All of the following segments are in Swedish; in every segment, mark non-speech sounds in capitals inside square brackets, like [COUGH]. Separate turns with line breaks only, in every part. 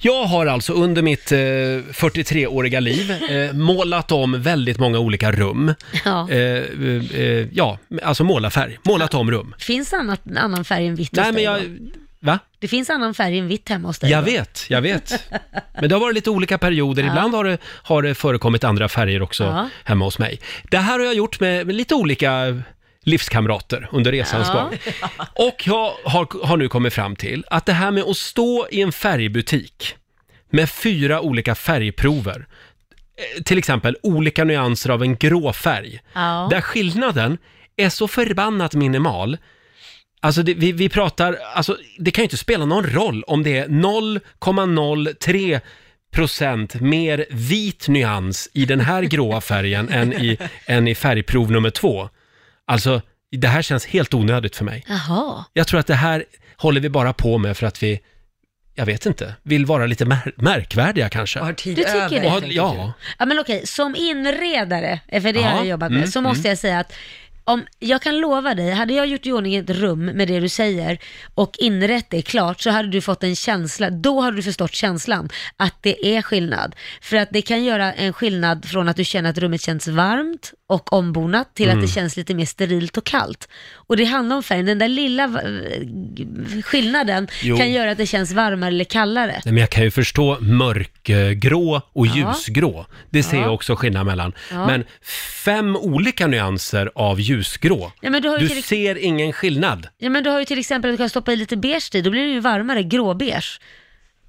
Jag har alltså under mitt eh, 43-åriga liv eh, målat om väldigt många olika rum.
Ja.
Eh, eh, eh, ja, alltså målarfärg. Målat om rum.
Finns annat, annan färg än vitt hos
Nej, men
dig
jag...
då?
Va?
Det finns annan färg än vitt hemma hos dig
Jag
då?
vet, jag
[LAUGHS]
vet. Men det har varit lite olika perioder. Ibland har det, har det förekommit andra färger också
Ja.
hemma hos mig. Det här har jag gjort med, med lite olika livskamrater under resans
Ja.
gång. Och jag har, har nu kommit fram till att det här med att stå i en färgbutik med fyra olika färgprover, eh, till exempel olika nyanser av en grå färg,
Ja.
där skillnaden är så förbannat minimal. Alltså det, vi, vi pratar, alltså det kan ju inte spela någon roll om det är 0,03 procent mer vit nyans i den här
[LAUGHS]
gråa färgen än i, än i färgprov nummer två. Alltså, det här känns helt onödigt för mig.
Jaha.
Jag tror att det här håller vi bara på med för att vi, jag vet inte, vill vara lite mär- märkvärdiga kanske.
Och har tid
Du tycker
över.
det?
Och ha-
tänker du.
ja,
Ja, men okej, som inredare, eh, för det
Ja,
har jag jobbat med,
mm,
så måste jag säga att om, jag kan lova dig, hade jag gjort i ordning ett rum med det du säger och inrett det klart så hade du fått en känsla, då hade du förstått känslan att det är skillnad. För att det kan göra en skillnad från att du känner att rummet känns varmt och ombonat till
Mm.
att det känns lite mer sterilt och kallt. Och det handlar om färgen, den där lilla eh, skillnaden
Jo.
kan göra att det känns varmare eller kallare.
Nej, men jag kan ju förstå mörkgrå och ljusgrå. Det ser
Ja.
jag också skillnad mellan.
Ja.
Men fem olika nyanser av ljusgrå.
Ja, men du har ju
Du
till-
ser ingen skillnad.
Ja men du har ju till exempel att du kan stoppa i lite beige i, då blir den ju varmare, gråbeige.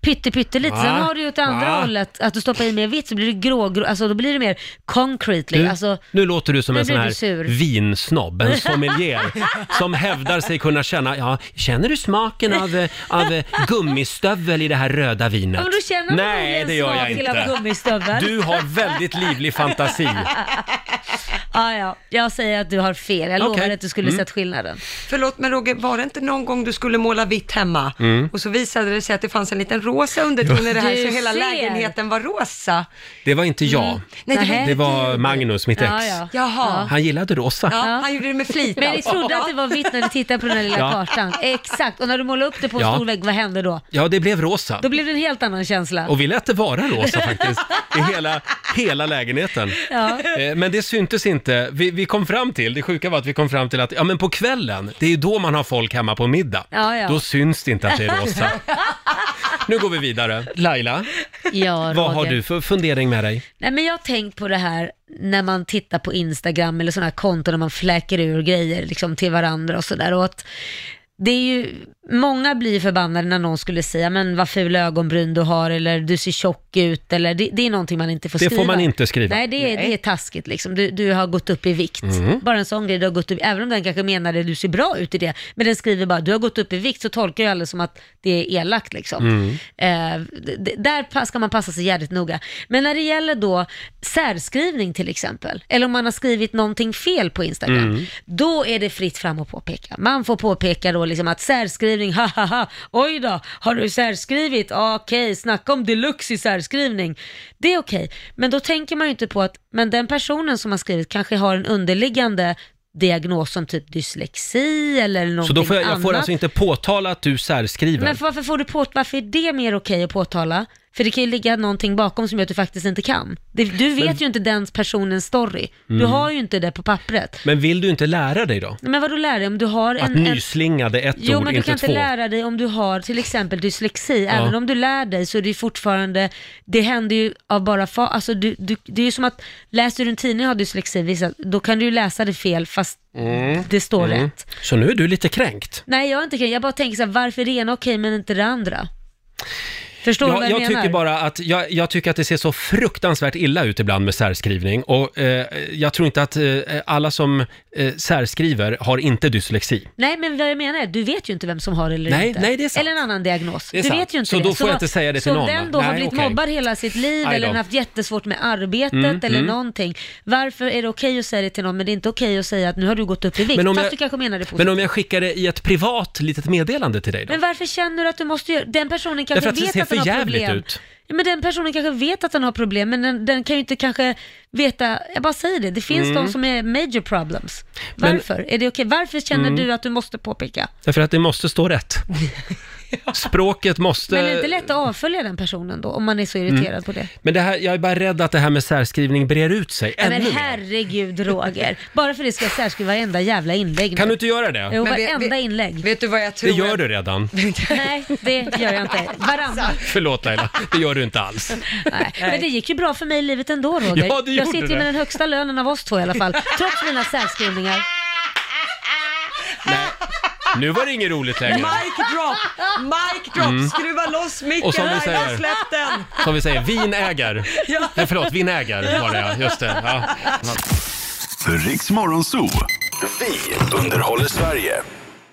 Pytte, pytte lite. Sen
Va?
har du ju åt andra
Va?
hållet, att du stoppar i mer vitt så blir det grå, grå alltså då blir det mer concretely.
Du,
Alltså,
nu låter du som
nu
en sån
blir du
här
sur.
vinsnobb, en
[LAUGHS]
sommelier, som hävdar sig kunna känna, ja, känner du smaken av, eh, av eh, gummistövel i det här röda vinet?
ja men då känner man
Nej,
förmodligen
det gör jag
smaken av
inte.
gummistöveln.
Du har väldigt livlig fantasi.
Ja, ja, jag säger att du har fel. Jag
Okej. Mm.
lovade att du skulle sett skillnaden.
Förlåt men Roger, var det inte någon gång du skulle måla vitt hemma?
Mm.
Och så visade det sig att det fanns en liten rosa underton i det här,
Du
så hela
ser.
lägenheten var rosa.
Det var inte jag.
Nej, det
Nähä.
var...
Det var Magnus, mitt ex.
Mm. Ja, ja.
Jaha.
Han gillade rosa.
Ja, han gjorde det med flit
Men ni
alltså.
trodde att det var vitt när ni tittade på den här lilla
Ja.
kartan. Exakt, och när du målade upp det på en
Ja.
stor vägg, vad hände då?
Ja, det blev rosa.
Då blev det en helt annan känsla.
Och vi lät det vara rosa faktiskt, i hela, hela lägenheten.
Ja.
Eh, Men det syntes inte. Vi, vi kom fram till, det sjuka var att vi kom fram till att, ja men på kvällen, det är ju då man har folk hemma på middag.
Ja, ja.
Då syns det inte att det är
[LAUGHS]
rosa. Nu går vi vidare. Laila,
Ja,
vad har
Roger.
du för fundering med dig?
Nej men jag har tänkt på det här när man tittar på Instagram eller sådana här konton där man fläker ur grejer liksom till varandra och sådär. Och att det är ju, många blir förbannade när någon skulle säga men vad ful ögonbryn du har eller du ser tjock ut eller det, det är någonting man inte får
Det
skriva.
får man inte skriva.
Nej det är, det är taskigt liksom. Du, du har gått upp i vikt. Bara en sån grej, du har gått upp, även om den kanske menade du ser bra ut i det, men den skriver bara du har gått upp i vikt så tolkar jag alla som att det är elakt liksom. Eh, d- d- där pa- ska man passa sig jävligt noga. Men när det gäller då särskrivning till exempel, eller om man har skrivit någonting fel på Instagram,
Mm.
då är det fritt fram att påpeka. Man får påpeka då liksom att särskrivning, [LAUGHS] ha ha ha, oj då, har du särskrivit? Okej, snacka om deluxe i särskrivning. Det är okej, men då tänker man ju inte på att men den personen som har skrivit kanske har en underliggande diagnos som typ dyslexi eller någonting
Så då får jag, jag
annat.
får alltså inte påtala att du särskriver.
Men för- varför, får du på, varför är det mer okej att påtala? För det kan ju ligga någonting bakom som gör att du faktiskt inte kan. Det, du vet ju inte den personens story.
Mm.
Du har ju inte det på pappret.
Men vill du inte lära dig då?
Men vadå lära dig om du har
Att
en... en
nyslingade ett
Jo,
ord,
men du
inte
kan
två.
inte lära dig om du har till exempel dyslexi. Även om du lär dig så är det ju fortfarande, det händer ju av bara fa... Alltså du, du, det är ju som att läser du en tidning och har dyslexi, vissa- då kan du ju läsa det fel fast
Mm.
det står rätt.
Så nu är du lite kränkt.
Nej, jag är inte kränkt. Jag bara tänker så här, varför är det ena okej men inte det andra? Förstår du
Jag,
vad
jag
jag,
tycker
menar?
bara att, jag, jag tycker att det ser så fruktansvärt illa ut ibland med särskrivning och eh, jag tror inte att eh, alla som eh, särskriver har inte dyslexi.
Nej, men vad jag menar är, du vet ju inte vem som har det eller
Nej,
inte.
nej, det är sant.
Eller en annan diagnos.
Det är
du
sant.
vet ju inte
Så
det.
då får jag inte säga det till
så
någon,
Så den då
va?
har
Nej,
blivit
okej.
mobbad hela sitt liv
Aj då.
eller
Mm,
den har haft jättesvårt med arbetet eller någonting. Varför är det okej att säga det till någon men det är inte okej att säga att nu har du gått upp i vikt?
Men om
Fast
jag-
du kanske menar det positivt.
Men om jag skickar det i ett privat litet meddelande till dig då?
Men varför känner du att du måste göra... Den personen kanske
Därför att det
vet
ser
att den
för
har
jävligt
problem.
ut.
Ja, men den personen kanske vet att den har problem, men den, den kan ju inte kanske veta, jag bara säger det, det finns de som är major problems.
Mm. Men- Mm.
Varför? är det okej? Varför känner du att du måste påpeka?
Därför att det måste stå
[LAUGHS]
rätt. Språket måste...
Men är det inte lätt att avfölja den personen då, om man är så irriterad
Mm.
på det?
Men det här, jag är bara rädd att det här med särskrivning brer ut sig
Nej,
ännu
men
mer.
herregud Roger, bara för det ska jag särskriva varenda jävla inlägg nu.
Kan du inte göra det?
Jo,
Men vi-
varenda
vi-
inlägg.
Vet du vad jag
Det
tror?
gör
[LAUGHS]
du
[LAUGHS]
redan.
Nej, det gör jag inte. Varandra.
Förlåt Laila, det gör du inte alls.
Nej. Men det gick ju bra för mig i livet ändå Roger.
Ja, det
jag
gjorde
sitter
det.
ju med den högsta lönen av oss två i alla fall, trots
[LAUGHS]
mina särskrivningar.
Nej, nu var det inget roligt längre.
Mic drop! Mic drop! Skruva loss micken!
Mm. Och som vi
Laila,
säger-
Släpp den!
Som vi säger, vinägar. Nej, förlåt, vinägar var det ja. Just det. Ja.
Riks Morgonzoo. Vi underhåller Sverige.